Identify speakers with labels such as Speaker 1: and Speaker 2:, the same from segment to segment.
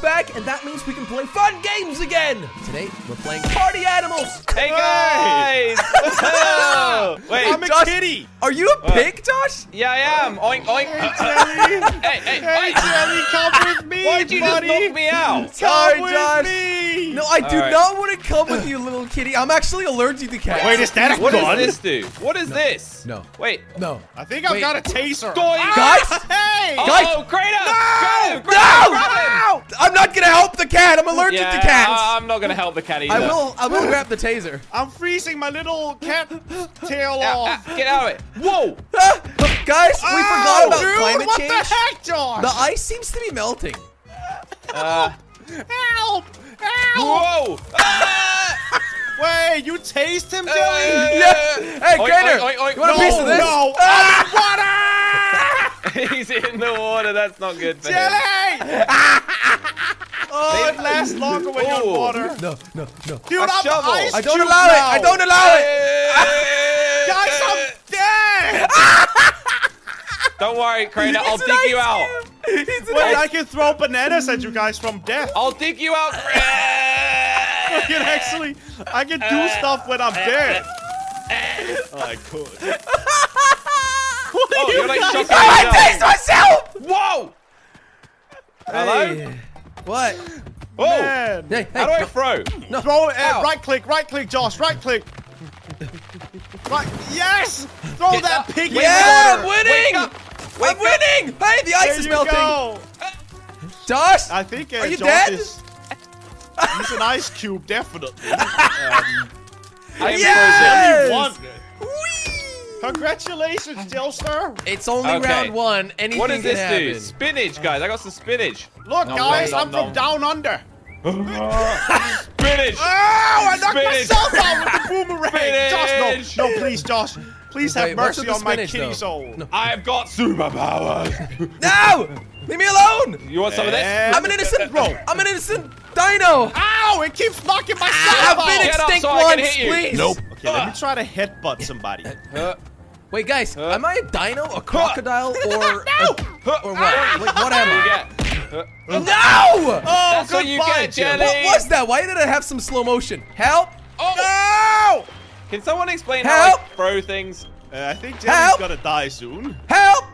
Speaker 1: back, and that means we can play fun games again. Today, we're playing Party Animals. Uh,
Speaker 2: Hey guys! Wait,
Speaker 3: I'm a
Speaker 2: Josh-
Speaker 3: kitty.
Speaker 1: Are you a pig, Josh?
Speaker 2: Yeah, I am. Oink, oink.
Speaker 3: Jelly.
Speaker 2: hey, hey,
Speaker 3: Hey,
Speaker 2: wait.
Speaker 3: Jelly, come with me,
Speaker 2: Why did you
Speaker 3: buddy.
Speaker 2: just knock me out?
Speaker 3: Come
Speaker 1: Sorry,
Speaker 3: with
Speaker 1: Josh.
Speaker 3: me.
Speaker 1: No, I do
Speaker 2: All right.
Speaker 1: not want to come with you, little kitty. I'm actually allergic to cats.
Speaker 3: Wait, is that a
Speaker 2: What
Speaker 3: gun?
Speaker 2: does this do? What is this?
Speaker 1: No.
Speaker 2: Wait.
Speaker 1: no.
Speaker 3: I think I've
Speaker 1: Wait.
Speaker 3: got a taser.
Speaker 2: Doink.
Speaker 1: Guys?
Speaker 3: Hey!
Speaker 2: Oh,
Speaker 1: Guys-
Speaker 2: oh, Kratos! Kratos!
Speaker 1: No!
Speaker 2: Kratos! Kratos!
Speaker 1: I'm not gonna help the cat. I'm allergic
Speaker 2: Yeah,
Speaker 1: to cats.
Speaker 2: I- I'm not gonna help the cat either.
Speaker 1: I will. I will grab the taser.
Speaker 3: I'm freezing my little cat tail
Speaker 2: Ah,
Speaker 3: off.
Speaker 2: ah, get out of it. Whoa!
Speaker 1: Ah, guys, we forgot
Speaker 3: Ow,
Speaker 1: about
Speaker 3: Oh, dude,
Speaker 1: climate
Speaker 3: what
Speaker 1: change.
Speaker 3: the heck, Josh?
Speaker 1: The ice seems to be melting.
Speaker 2: Uh,
Speaker 3: Help! Help!
Speaker 2: whoa! Ah!
Speaker 3: Wait, you taste him, Jelly?
Speaker 2: Uh,
Speaker 1: Hey,
Speaker 2: Oink,
Speaker 1: Gator,
Speaker 2: oink, oink,
Speaker 1: you want a
Speaker 2: oink.
Speaker 1: piece of this?
Speaker 3: No,
Speaker 1: Ah!
Speaker 2: He's in the water. That's not good for him.
Speaker 3: Jelly! oh, it lasts longer when you're in
Speaker 2: Ooh.
Speaker 3: water.
Speaker 1: No, no, no.
Speaker 3: Dude,
Speaker 2: A
Speaker 3: I'm
Speaker 2: shovel.
Speaker 3: ice
Speaker 1: I don't
Speaker 3: cube
Speaker 1: allow it.
Speaker 3: now.
Speaker 1: I don't allow it.
Speaker 3: Guys, I'm dead!
Speaker 2: Don't worry, Kratos. I'll
Speaker 1: It's an
Speaker 2: dig you
Speaker 1: ice
Speaker 2: out.
Speaker 1: cube. It's an
Speaker 3: Wait,
Speaker 1: ice-
Speaker 3: I can throw bananas at you guys from death.
Speaker 2: I'll dig you out.
Speaker 3: I can actually, I can do stuff when I'm dead. I could.
Speaker 2: Oh, you're like
Speaker 1: Oh,
Speaker 2: shocking
Speaker 1: I taste myself.
Speaker 2: yourself. Whoa! Hello?
Speaker 1: Hey. What?
Speaker 2: Whoa!
Speaker 3: Man.
Speaker 1: Hey,
Speaker 2: How do I
Speaker 1: hey.
Speaker 2: throw?
Speaker 3: Throw it,
Speaker 2: Ow.
Speaker 3: right click, right click, Josh, right click. Right, yes! Throw
Speaker 2: Get
Speaker 3: that
Speaker 2: up.
Speaker 3: piggy
Speaker 2: Wait,
Speaker 1: Yeah, I'm
Speaker 3: in the water.
Speaker 2: Wake
Speaker 1: winning.
Speaker 2: up.
Speaker 1: I'm winning. Hey, the ice
Speaker 3: There
Speaker 1: is
Speaker 3: you
Speaker 1: melting.
Speaker 3: go.
Speaker 1: Josh,
Speaker 3: I think uh,
Speaker 1: Are you
Speaker 3: Josh
Speaker 1: dead?
Speaker 3: is. He's an ice cube, definitely.
Speaker 2: I am
Speaker 1: Yeah! Yes.
Speaker 2: frozen.
Speaker 3: One.
Speaker 1: Whee!
Speaker 3: Congratulations, Delster.
Speaker 1: It's only
Speaker 2: Okay.
Speaker 1: round one. Anything
Speaker 2: What does
Speaker 1: can
Speaker 2: this
Speaker 1: happen.
Speaker 2: do? Spinach, guys. I got some spinach.
Speaker 3: Look,
Speaker 2: Nom,
Speaker 3: guys,
Speaker 2: nom,
Speaker 3: I'm
Speaker 2: nom, nom.
Speaker 3: from down under.
Speaker 2: Spinach!
Speaker 1: Ah!
Speaker 3: Ow! I knocked
Speaker 2: Spinach.
Speaker 3: myself out with the boomerang.
Speaker 2: Spinach.
Speaker 3: Josh, no, no, please, Josh, please have
Speaker 1: Wait, what's with
Speaker 3: mercy
Speaker 1: the
Speaker 3: on my
Speaker 1: spinach,
Speaker 3: kitty
Speaker 1: though?
Speaker 3: soul.
Speaker 1: No.
Speaker 2: I've got superpowers.
Speaker 1: No! Leave me alone!
Speaker 2: you want some of this?
Speaker 3: And-
Speaker 1: I'm an innocent
Speaker 3: Bro.
Speaker 1: I'm an innocent dino!
Speaker 3: Ow! It keeps knocking myself
Speaker 2: Ah,
Speaker 1: I've
Speaker 3: out.
Speaker 1: been
Speaker 2: Get up
Speaker 1: extinct
Speaker 2: so I can
Speaker 1: once,
Speaker 2: hit you.
Speaker 1: please!
Speaker 3: Nope. Okay, let me
Speaker 2: Ah.
Speaker 3: try to headbutt somebody.
Speaker 1: Uh,
Speaker 2: Huh,
Speaker 1: Wait, guys,
Speaker 2: Huh?
Speaker 1: am I a dino, a crocodile, or
Speaker 3: No!
Speaker 2: huh,
Speaker 1: or what?
Speaker 2: ah.
Speaker 1: Wait, what
Speaker 2: You
Speaker 1: am I?
Speaker 2: get- huh.
Speaker 1: No!
Speaker 3: Oh,
Speaker 2: That's what you
Speaker 3: goodbye,
Speaker 2: get,
Speaker 3: Jim.
Speaker 2: Jelly.
Speaker 1: What was that? Why did I have some slow motion? Help!
Speaker 2: Oh! Can someone explain how
Speaker 1: Help.
Speaker 2: I throw things?
Speaker 3: Uh, I think Jelly's
Speaker 1: Help.
Speaker 3: gonna die soon.
Speaker 1: Help!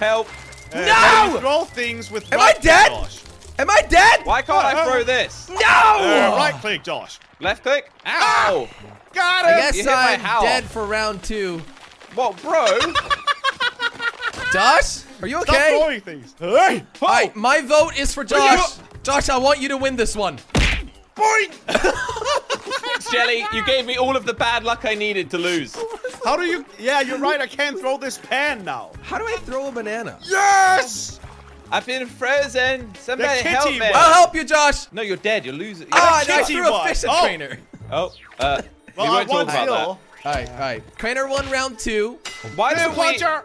Speaker 2: Help!
Speaker 3: Uh,
Speaker 1: No!
Speaker 3: Jelly, Throw things with
Speaker 1: Am I
Speaker 3: right click,
Speaker 1: dead?
Speaker 3: Josh.
Speaker 1: Am I dead?
Speaker 2: Why can't I
Speaker 3: Uh,
Speaker 2: throw this?
Speaker 1: No!
Speaker 3: Uh, right click, Josh.
Speaker 2: Left click.
Speaker 1: Ah!
Speaker 2: Ow!
Speaker 3: Got
Speaker 1: I
Speaker 3: him.
Speaker 1: guess
Speaker 2: You hit my
Speaker 1: I'm
Speaker 2: howl.
Speaker 1: dead for round two.
Speaker 2: What, bro?
Speaker 1: Josh, are you
Speaker 3: Stop
Speaker 1: okay?
Speaker 3: throwing things. Hey! oh,
Speaker 1: Alright, my vote is for
Speaker 2: you-
Speaker 1: Josh. Josh, I want you to win this one.
Speaker 3: Boing!
Speaker 2: Jelly, you gave me all of the bad luck I needed to lose.
Speaker 3: How do you? Yeah, you're right. I can't throw this pan now.
Speaker 1: How do I throw a banana?
Speaker 3: Yes!
Speaker 2: I've been frozen. Somebody
Speaker 3: The
Speaker 2: help
Speaker 3: kitty
Speaker 2: me. Uh-huh.
Speaker 3: was-
Speaker 1: I'll help you, Josh.
Speaker 2: No, you're dead. You're losing.
Speaker 1: Ah,
Speaker 3: Yeah,
Speaker 1: I
Speaker 3: kitty
Speaker 1: threw a
Speaker 3: boy.
Speaker 1: fish at
Speaker 3: Oh.
Speaker 1: Trainer.
Speaker 2: Oh, uh,
Speaker 3: Well,
Speaker 2: we
Speaker 3: I
Speaker 2: won't talk
Speaker 3: won
Speaker 2: about
Speaker 3: still.
Speaker 1: All right, all right. Crainer won round two.
Speaker 2: that. Why
Speaker 3: Hey,
Speaker 2: don't we?
Speaker 3: Roger.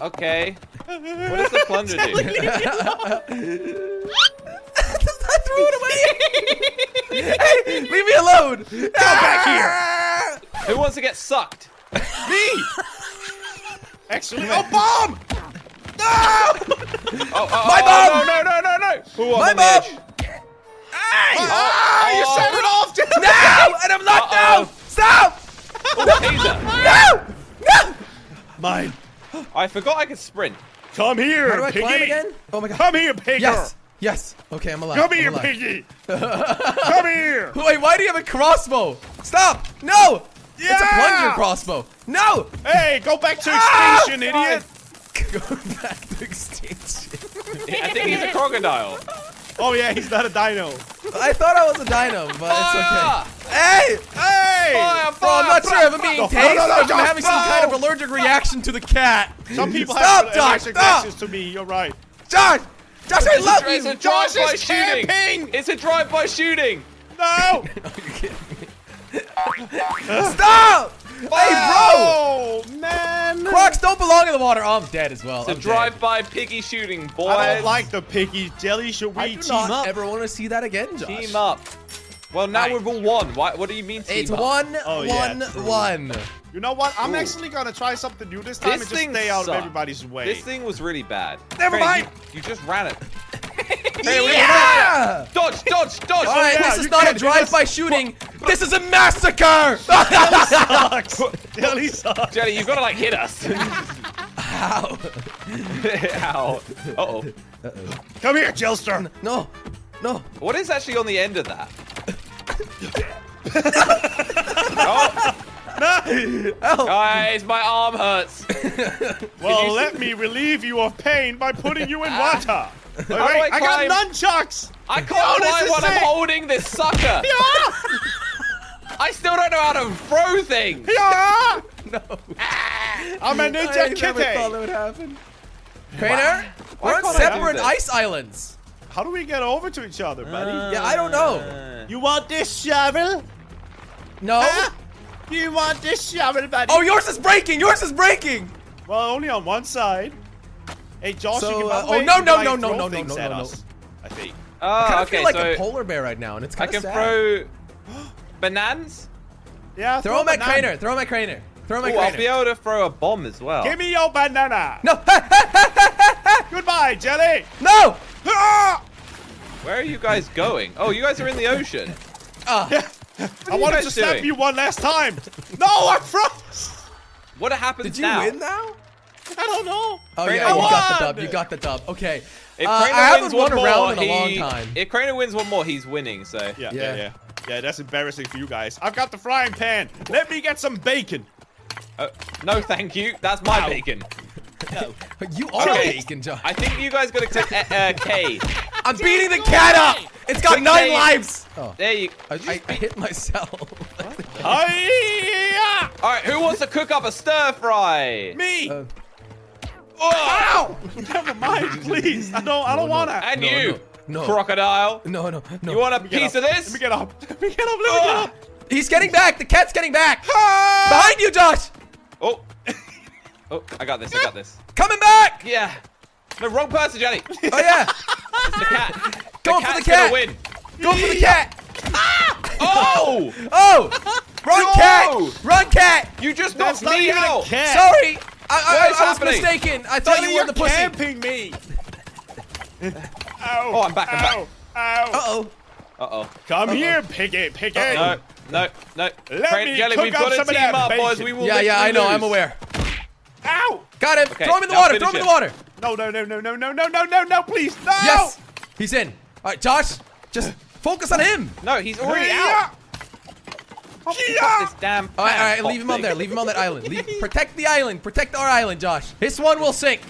Speaker 2: Okay. What does the plunger do?
Speaker 1: I threw it away. hey, leave me alone. Come back here.
Speaker 2: Who wants to get sucked?
Speaker 3: Me! Actually, a bomb!
Speaker 2: Oh, oh,
Speaker 1: My
Speaker 2: oh,
Speaker 1: bomb!
Speaker 2: No, no, no, no, no! Who
Speaker 1: My
Speaker 2: on the
Speaker 1: bomb!
Speaker 2: edge?
Speaker 3: Ah, you
Speaker 2: oh.
Speaker 3: set it off! dude.
Speaker 1: No, and I'm locked
Speaker 2: Uh-oh.
Speaker 1: down. Stop.
Speaker 2: Oh,
Speaker 1: No,
Speaker 2: taser.
Speaker 1: no.
Speaker 3: Mine.
Speaker 2: I forgot I could sprint.
Speaker 3: Come here,
Speaker 1: How do I
Speaker 3: piggy.
Speaker 1: climb again? Oh my god.
Speaker 3: Come here, pigger.
Speaker 1: Yes, yes. Okay, I'm alive.
Speaker 3: Come
Speaker 1: I'm
Speaker 3: here,
Speaker 1: alive.
Speaker 3: piggy. Come here.
Speaker 1: Wait, why do you have a crossbow? Stop. No. It's a
Speaker 3: Yeah.
Speaker 1: plunger crossbow. No.
Speaker 3: Hey, go back to
Speaker 1: Ah,
Speaker 3: extinction, idiot.
Speaker 1: Go back to extinction.
Speaker 2: I think he's a crocodile.
Speaker 3: Oh yeah, he's not a dino.
Speaker 1: I thought I was a dino, but
Speaker 2: Ah!
Speaker 1: it's okay. Hey.
Speaker 3: Hey!
Speaker 2: Fire,
Speaker 1: Bro, I'm not sure if I'm being
Speaker 3: Ah! No,
Speaker 1: tased
Speaker 3: no, no,
Speaker 1: or if I'm
Speaker 3: Josh,
Speaker 1: having some kind of
Speaker 3: no.
Speaker 1: allergic reaction to the cat.
Speaker 3: Some people
Speaker 1: Stop,
Speaker 3: have
Speaker 1: Josh,
Speaker 3: allergic
Speaker 1: stop.
Speaker 3: reactions to me. You're right.
Speaker 1: Josh! Josh, I love
Speaker 2: It's a
Speaker 1: you!
Speaker 3: Josh
Speaker 2: drive-by
Speaker 3: is
Speaker 2: shooting.
Speaker 3: camping.
Speaker 2: It's a drive-by shooting.
Speaker 3: No.
Speaker 1: Stop! Hey,
Speaker 3: Oh man.
Speaker 1: bro! Crocs don't belong in the water. Oh, I'm dead as well.
Speaker 2: It's a
Speaker 1: I'm dead.
Speaker 2: drive-by piggy shooting, boys.
Speaker 3: I don't like the piggy jelly. Should we
Speaker 1: I do
Speaker 3: team
Speaker 1: not
Speaker 3: up?
Speaker 1: ever want to see that again, Josh.
Speaker 2: Team up. Well, now
Speaker 1: Right.
Speaker 2: we've all won. Why, what do you mean team
Speaker 1: It's
Speaker 2: up?
Speaker 1: one,
Speaker 3: Oh, yeah,
Speaker 1: one,
Speaker 3: true.
Speaker 1: one.
Speaker 3: You know what? I'm
Speaker 2: Ooh.
Speaker 3: actually gonna try something new this time
Speaker 2: This
Speaker 3: and just
Speaker 2: thing
Speaker 3: stay out
Speaker 2: sucks.
Speaker 3: of everybody's way.
Speaker 2: This thing was really bad.
Speaker 1: Never
Speaker 2: Craig,
Speaker 1: mind.
Speaker 2: You, you just ran it.
Speaker 1: Yeah!
Speaker 2: Dodge, dodge, dodge.
Speaker 1: All right,
Speaker 3: yeah,
Speaker 1: this is
Speaker 3: you
Speaker 1: not
Speaker 3: can't
Speaker 1: a
Speaker 3: do
Speaker 1: drive-by
Speaker 3: this.
Speaker 1: shooting. This is a massacre.
Speaker 3: Sucks. Jelly sucks.
Speaker 2: Jelly, you've got to like hit us. Ow. Uh oh.
Speaker 3: Come here, Jellster.
Speaker 1: no, no.
Speaker 2: What is actually on the end of that? oh,
Speaker 1: Ow.
Speaker 2: guys, my arm hurts. you
Speaker 3: Well,
Speaker 2: see-
Speaker 3: let me relieve you of pain by putting you in water. Wait, wait,
Speaker 2: I
Speaker 3: I, got
Speaker 2: climb?
Speaker 3: nunchucks.
Speaker 2: I can't
Speaker 3: Oh, this
Speaker 2: fly
Speaker 3: is
Speaker 2: while I'm
Speaker 3: sick.
Speaker 2: holding this sucker.
Speaker 3: Ah,
Speaker 2: I still don't know how to throw things.
Speaker 3: Yeah.
Speaker 1: No.
Speaker 3: I'm a
Speaker 1: I
Speaker 3: ninja
Speaker 1: never thought that
Speaker 3: kitty.
Speaker 1: would happen. Crainer,
Speaker 2: Why
Speaker 1: we're on
Speaker 2: can't I do
Speaker 1: separate
Speaker 2: this?
Speaker 1: ice islands.
Speaker 3: How do we get over to each other, buddy?
Speaker 1: Yeah, I don't
Speaker 2: Uh,
Speaker 1: know.
Speaker 3: you want this shovel?
Speaker 1: No.
Speaker 3: Huh? You want this shovel, buddy?
Speaker 1: Oh, yours is breaking. Yours is breaking.
Speaker 3: Well, only on one side. Hey, Josh,
Speaker 1: So,
Speaker 3: you can
Speaker 1: uh,
Speaker 3: by the
Speaker 1: oh,
Speaker 3: way,
Speaker 1: no,
Speaker 3: you
Speaker 1: no,
Speaker 3: might
Speaker 1: no, no,
Speaker 3: throw
Speaker 1: no, no,
Speaker 3: things
Speaker 1: no,
Speaker 3: at
Speaker 1: no, no.
Speaker 3: us, I think.
Speaker 1: I
Speaker 2: Oh,
Speaker 1: feel
Speaker 2: okay,
Speaker 1: like a
Speaker 2: so
Speaker 1: polar bear right now, and it's
Speaker 2: I
Speaker 1: kind of
Speaker 2: can
Speaker 1: sad.
Speaker 2: throw bananas.
Speaker 3: Yeah,
Speaker 1: Throw him at
Speaker 3: banana.
Speaker 1: Crainer. Throw him at Crainer. Throw him at
Speaker 2: Ooh, I'll be
Speaker 1: Crainer.
Speaker 2: able to throw a bomb as well.
Speaker 3: Give me your banana.
Speaker 1: No,
Speaker 3: Goodbye, Jelly.
Speaker 1: no.
Speaker 3: Ah!
Speaker 2: Where are you guys going? Oh, you guys are in the ocean.
Speaker 1: Ah,
Speaker 3: I
Speaker 2: you
Speaker 3: wanted
Speaker 2: guys
Speaker 3: to slap
Speaker 2: doing?
Speaker 3: you one last time. No, I'm froze.
Speaker 2: What happens
Speaker 1: did you
Speaker 2: now?
Speaker 1: win now?
Speaker 3: I don't know.
Speaker 1: Oh
Speaker 2: Crainer
Speaker 1: yeah, you got the
Speaker 3: won!
Speaker 1: dub. You got the dub. Okay.
Speaker 2: If
Speaker 1: Uh,
Speaker 2: Craner
Speaker 1: I haven't
Speaker 2: wins
Speaker 1: won
Speaker 2: one
Speaker 1: a
Speaker 2: more,
Speaker 1: round in a long
Speaker 2: he-
Speaker 1: time.
Speaker 2: If Craner wins one more, he's winning. So
Speaker 1: Yeah.
Speaker 3: Yeah, yeah, yeah. Yeah, that's embarrassing for you guys. I've got the frying pan. Let me get some bacon.
Speaker 2: Uh, no, thank you. That's my
Speaker 3: Ow.
Speaker 2: bacon.
Speaker 1: But you are
Speaker 2: Okay.
Speaker 1: bacon, John.
Speaker 2: I think you guys got to click uh, uh, K.
Speaker 1: I'm beating the cat up. It's got
Speaker 2: Click
Speaker 1: nine
Speaker 2: A.
Speaker 1: lives. Oh,
Speaker 2: There you.
Speaker 1: I, I, I hit myself.
Speaker 3: Hiya!
Speaker 2: All right, who wants to cook up a stir fry?
Speaker 3: Me. Ah!
Speaker 1: Uh,
Speaker 3: Ow! Never mind, please. I don't. I don't
Speaker 1: no.
Speaker 3: wanna.
Speaker 2: And
Speaker 1: No,
Speaker 2: you,
Speaker 1: no, no.
Speaker 2: crocodile.
Speaker 1: no, no, no.
Speaker 2: You want a
Speaker 3: Let me get
Speaker 2: piece
Speaker 3: up.
Speaker 2: of this?
Speaker 3: Let me get up. Let me get up. Let me get up.
Speaker 1: He's getting back. The cat's getting back.
Speaker 3: Ah!
Speaker 1: Oh. Behind you, Josh.
Speaker 2: Oh, oh, I got this. I got this.
Speaker 1: Coming back.
Speaker 2: Yeah. No, wrong person, Johnny. It's the
Speaker 1: Oh yeah.
Speaker 2: cat.
Speaker 3: Oh,
Speaker 1: Going for
Speaker 2: Cat's
Speaker 1: the cat.
Speaker 2: gonna win.
Speaker 1: Go for the cat.
Speaker 2: Oh!
Speaker 1: Oh. Run,
Speaker 2: No.
Speaker 1: cat. Run, cat.
Speaker 2: You just knocked
Speaker 3: That's not
Speaker 2: me
Speaker 3: even a
Speaker 2: out.
Speaker 3: cat.
Speaker 1: Sorry. I,
Speaker 2: What
Speaker 1: I,
Speaker 2: is
Speaker 1: I was
Speaker 2: happening?
Speaker 1: mistaken. I thought
Speaker 3: Jelly,
Speaker 1: you were the pussy.
Speaker 3: camping me. ow!
Speaker 2: Oh, I'm back, I'm
Speaker 3: ow, Ow!
Speaker 1: Uh oh.
Speaker 2: Uh oh.
Speaker 3: Come here, piggy, piggy.
Speaker 2: No, no, no.
Speaker 3: Let
Speaker 2: Craig,
Speaker 3: me
Speaker 2: Jelly,
Speaker 3: cook
Speaker 2: we've
Speaker 3: up
Speaker 2: got to
Speaker 3: some of
Speaker 2: team
Speaker 3: that
Speaker 2: up, boys.
Speaker 3: bacon.
Speaker 2: We will.
Speaker 1: Yeah, yeah, I
Speaker 2: literally
Speaker 1: know. I'm
Speaker 2: lose.
Speaker 1: aware.
Speaker 3: Ow!
Speaker 1: Got him.
Speaker 2: Okay,
Speaker 1: Throw him in the
Speaker 2: now
Speaker 1: water. Throw
Speaker 2: finish
Speaker 1: him in the
Speaker 2: it.
Speaker 1: water.
Speaker 3: No, no, no, no, no, no, no, no, no, no! Please, no!
Speaker 1: Yes. He's in. All right, Josh. Just focus on him.
Speaker 2: No, he's already out.
Speaker 3: Yeah!
Speaker 2: This damn.
Speaker 1: All right, all right,
Speaker 2: fan
Speaker 1: leave him on
Speaker 2: thing.
Speaker 1: there. Leave him on that island. Leave, protect the island. Protect our island, Josh. This one will sink.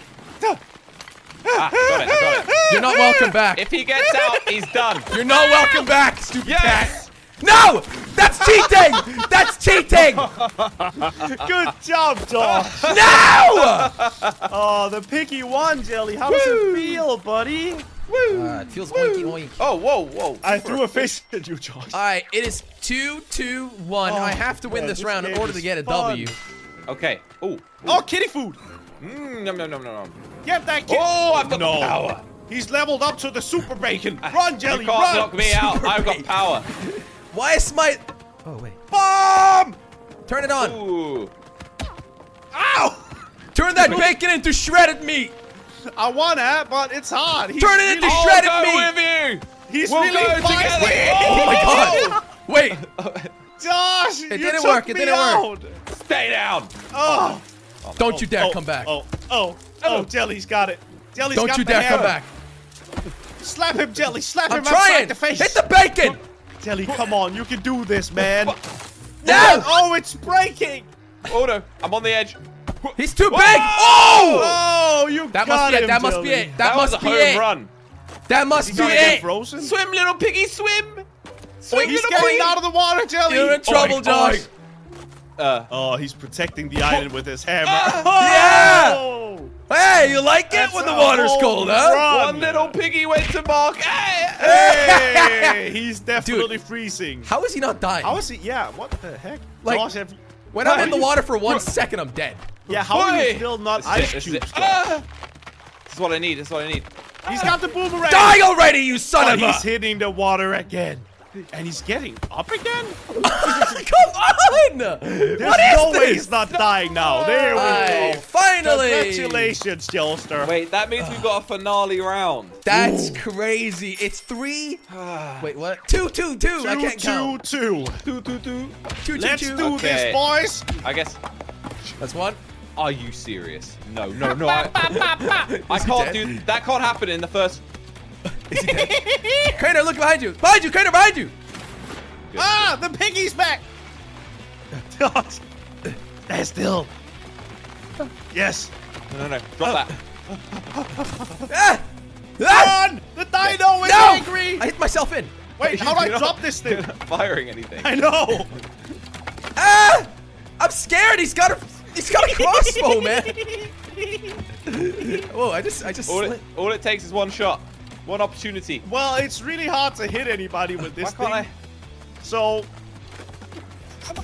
Speaker 2: Ah, got it, got it.
Speaker 1: You're not welcome back.
Speaker 2: If he gets out, he's done.
Speaker 1: You're not welcome back, stupid
Speaker 2: Yes.
Speaker 1: cat. No! That's cheating! That's cheating!
Speaker 3: Good job, Josh.
Speaker 1: No!
Speaker 3: Oh, the piggy won, Jelly. How does it feel, buddy?
Speaker 1: Uh, it feels oinky oink.
Speaker 2: Oh, whoa, whoa.
Speaker 3: I threw a fish at you, Josh.
Speaker 1: All right, it is two, two, one.
Speaker 3: Oh,
Speaker 1: I have to win
Speaker 3: man,
Speaker 1: this
Speaker 3: this
Speaker 1: round in
Speaker 3: game
Speaker 1: order
Speaker 3: is
Speaker 1: to get a
Speaker 3: fun.
Speaker 1: W.
Speaker 2: Okay. Ooh.
Speaker 3: Oh, kitty food.
Speaker 2: Mm, nom, nom, nom, nom, nom.
Speaker 3: Get that kitty.
Speaker 2: Oh, I've got
Speaker 3: no.
Speaker 2: the power. Ah,
Speaker 3: He's leveled up to the super bacon. Run, Jelly,
Speaker 2: you can't
Speaker 3: run.
Speaker 2: knock me out. I've got
Speaker 1: Superman.
Speaker 2: power.
Speaker 1: Why is my. Oh, wait.
Speaker 3: Bomb!
Speaker 1: Turn it on.
Speaker 2: Ooh.
Speaker 3: Ow!
Speaker 1: Turn that bacon into shredded meat.
Speaker 3: I wanna, but it's hard. He's
Speaker 1: Turn it into
Speaker 3: really-
Speaker 1: shred- Shredded
Speaker 2: I'll go
Speaker 1: me.
Speaker 2: with you.
Speaker 3: He's
Speaker 2: We'll
Speaker 3: really
Speaker 2: go
Speaker 3: feisty.
Speaker 2: together.
Speaker 1: Oh my god. Wait.
Speaker 3: Oh, Josh, it
Speaker 1: didn't work, it didn't work.
Speaker 2: Stay down.
Speaker 3: Oh,
Speaker 1: Don't you dare
Speaker 3: oh,
Speaker 1: come back.
Speaker 3: Oh, oh, oh, Jelly's got it. Jelly's
Speaker 1: Don't
Speaker 3: got
Speaker 1: you
Speaker 3: the
Speaker 1: dare come
Speaker 3: hammer.
Speaker 1: back.
Speaker 3: Slap him, Jelly. Slap
Speaker 1: I'm
Speaker 3: him upside
Speaker 1: trying.
Speaker 3: the face.
Speaker 1: Hit the bacon.
Speaker 3: Jelly, come on. You can do this, man.
Speaker 1: No.
Speaker 3: Oh, it's breaking.
Speaker 2: Oh no, I'm on the edge.
Speaker 1: He's too big.
Speaker 2: Whoa!
Speaker 1: Oh!
Speaker 3: Oh, you
Speaker 1: That must
Speaker 3: got
Speaker 1: be it.
Speaker 3: him,
Speaker 1: That must
Speaker 3: Jelly.
Speaker 1: be it. That
Speaker 2: That was
Speaker 1: must
Speaker 2: a
Speaker 1: be
Speaker 2: home
Speaker 1: it.
Speaker 2: run.
Speaker 1: That must
Speaker 3: He's
Speaker 1: be
Speaker 3: gonna get
Speaker 1: it.
Speaker 3: frozen.
Speaker 2: Swim, little piggy, swim. Swim,
Speaker 3: He's
Speaker 2: little
Speaker 3: getting
Speaker 2: piggy.
Speaker 3: out of the water, Jelly.
Speaker 1: You're in trouble,
Speaker 2: Oink,
Speaker 1: Josh.
Speaker 2: oink. Uh,
Speaker 3: Oh, he's protecting the island with his hammer.
Speaker 1: yeah.
Speaker 3: Oh.
Speaker 1: Hey, you like it
Speaker 3: That's
Speaker 1: when
Speaker 3: a
Speaker 1: the water's
Speaker 3: home
Speaker 1: cold, huh?
Speaker 3: run.
Speaker 2: Oh, one little piggy went to mark. Hey,
Speaker 3: Hey, he's definitely freezing.
Speaker 1: How is he not dying?
Speaker 3: How is he? Yeah, what the heck?
Speaker 1: Like-
Speaker 3: Josh, have you-
Speaker 1: when I'm in the
Speaker 3: How-
Speaker 1: water for one second, I'm dead.
Speaker 3: Yeah, how are you
Speaker 2: Boy.
Speaker 3: still not
Speaker 2: This is
Speaker 3: ice
Speaker 2: it, this is it.
Speaker 3: cubes? Josh?
Speaker 2: Ah! This is what I need. This is what I need.
Speaker 3: He's got the boomerang.
Speaker 1: Die already, you son
Speaker 3: Oh,
Speaker 1: of a!
Speaker 3: he's hitting the water again. And he's getting up again?
Speaker 1: Come on!
Speaker 3: There's
Speaker 1: what is
Speaker 3: no way
Speaker 1: this?
Speaker 3: he's not dying now. There we
Speaker 1: Aye,
Speaker 3: go.
Speaker 1: finally!
Speaker 3: Congratulations, Jolster.
Speaker 2: Wait, that means we've got a finale round.
Speaker 1: That's crazy. It's three. Wait, what? Two, two, two. I
Speaker 3: Two,
Speaker 1: can't
Speaker 3: two,
Speaker 1: count.
Speaker 3: two.
Speaker 2: Doo, doo, doo.
Speaker 1: Two, two,
Speaker 3: Let's
Speaker 1: two.
Speaker 3: do
Speaker 2: Okay.
Speaker 3: this, boys.
Speaker 2: I guess.
Speaker 1: That's one.
Speaker 2: Are you serious? No, no, no. I, I
Speaker 1: dead?
Speaker 2: can't do that. Can't happen in the first.
Speaker 1: Craner, look behind you. Behind you, Craner, behind you.
Speaker 3: Ah, the piggy's back. Stay still. Yes.
Speaker 2: No, no, no. Drop that.
Speaker 1: Ah! Ah!
Speaker 3: Run! The dino is
Speaker 1: No!
Speaker 3: Oh, angry.
Speaker 1: I hit myself in.
Speaker 3: Wait, how do I
Speaker 2: You're
Speaker 3: drop
Speaker 2: not-
Speaker 3: this
Speaker 2: you're
Speaker 3: thing?
Speaker 2: not Firing anything.
Speaker 3: I know.
Speaker 1: Ah! I'm scared. He's got a he's got a crossbow, man. Whoa! I just I just
Speaker 2: All
Speaker 1: slid.
Speaker 2: it, all it takes is one shot, one opportunity.
Speaker 3: Well, it's really hard to hit anybody with this
Speaker 2: Why can't
Speaker 3: thing. So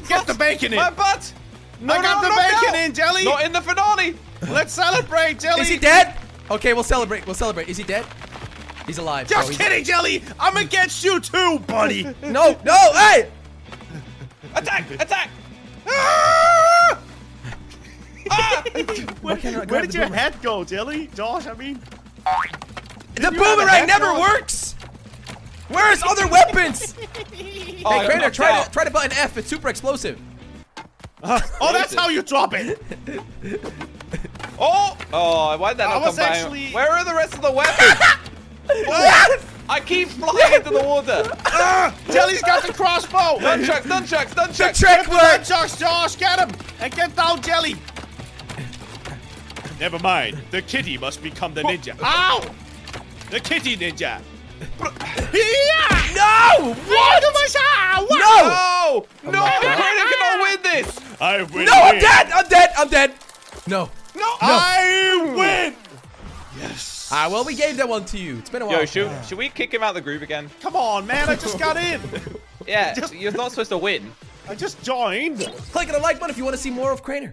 Speaker 3: get the bacon
Speaker 2: I?
Speaker 3: in.
Speaker 2: My butt!
Speaker 3: I got the bacon in, Jelly.
Speaker 2: Not in the finale!
Speaker 3: Let's celebrate, Jelly.
Speaker 1: Is he dead? Okay, we'll celebrate. We'll celebrate. Is he dead? He's alive.
Speaker 3: Just
Speaker 1: Oh, he's-
Speaker 3: kidding, Jelly. I'm against you too, buddy.
Speaker 1: No, no, hey!
Speaker 2: Attack! Attack!
Speaker 3: Ah!
Speaker 2: Ah!
Speaker 3: Where,
Speaker 1: can't I grab
Speaker 3: where
Speaker 1: the
Speaker 3: did your
Speaker 1: boomerang?
Speaker 3: head go, Jelly? Josh, I mean.
Speaker 1: The
Speaker 3: you have a
Speaker 1: boomerang never
Speaker 3: background?
Speaker 1: works. Where's other weapons?
Speaker 2: Oh, I
Speaker 1: Hey,
Speaker 2: got
Speaker 1: Craner,
Speaker 2: knocked
Speaker 1: try
Speaker 2: out.
Speaker 1: to try to button F. It's super explosive.
Speaker 3: Oh,
Speaker 2: What is
Speaker 3: that's
Speaker 2: it?
Speaker 3: how you drop it.
Speaker 2: Oh! Oh, why'd that
Speaker 3: I
Speaker 2: not
Speaker 3: was
Speaker 2: come back?
Speaker 3: actually-
Speaker 2: Where are the rest of the weapons?
Speaker 1: Yes!
Speaker 2: I keep flying into the water!
Speaker 3: Ah, Jelly's got the crossbow.
Speaker 2: Nunchucks, nunchucks,
Speaker 1: The
Speaker 2: nunchucks!
Speaker 1: trick worked.
Speaker 3: Josh, Josh, get him and get down, Jelly. Never mind. The kitty must become the ninja. Ow! The kitty ninja. yeah!
Speaker 1: No!
Speaker 3: What? What?
Speaker 1: No!
Speaker 2: No!
Speaker 1: Oh
Speaker 2: No! Craner
Speaker 1: my God.
Speaker 2: cannot win this!
Speaker 3: I win.
Speaker 1: No! I'm dead! I'm dead! I'm dead! No.
Speaker 2: No!
Speaker 3: I win. Yes.
Speaker 1: Ah, well, we gave that one to you. It's been a while.
Speaker 2: Yo, should, should we kick him out of the group again?
Speaker 3: Come on, man. I just got in.
Speaker 2: Yeah,
Speaker 3: Just-
Speaker 2: you're not supposed to win.
Speaker 3: I just joined.
Speaker 1: Click on the like button if you want to see more of Craner.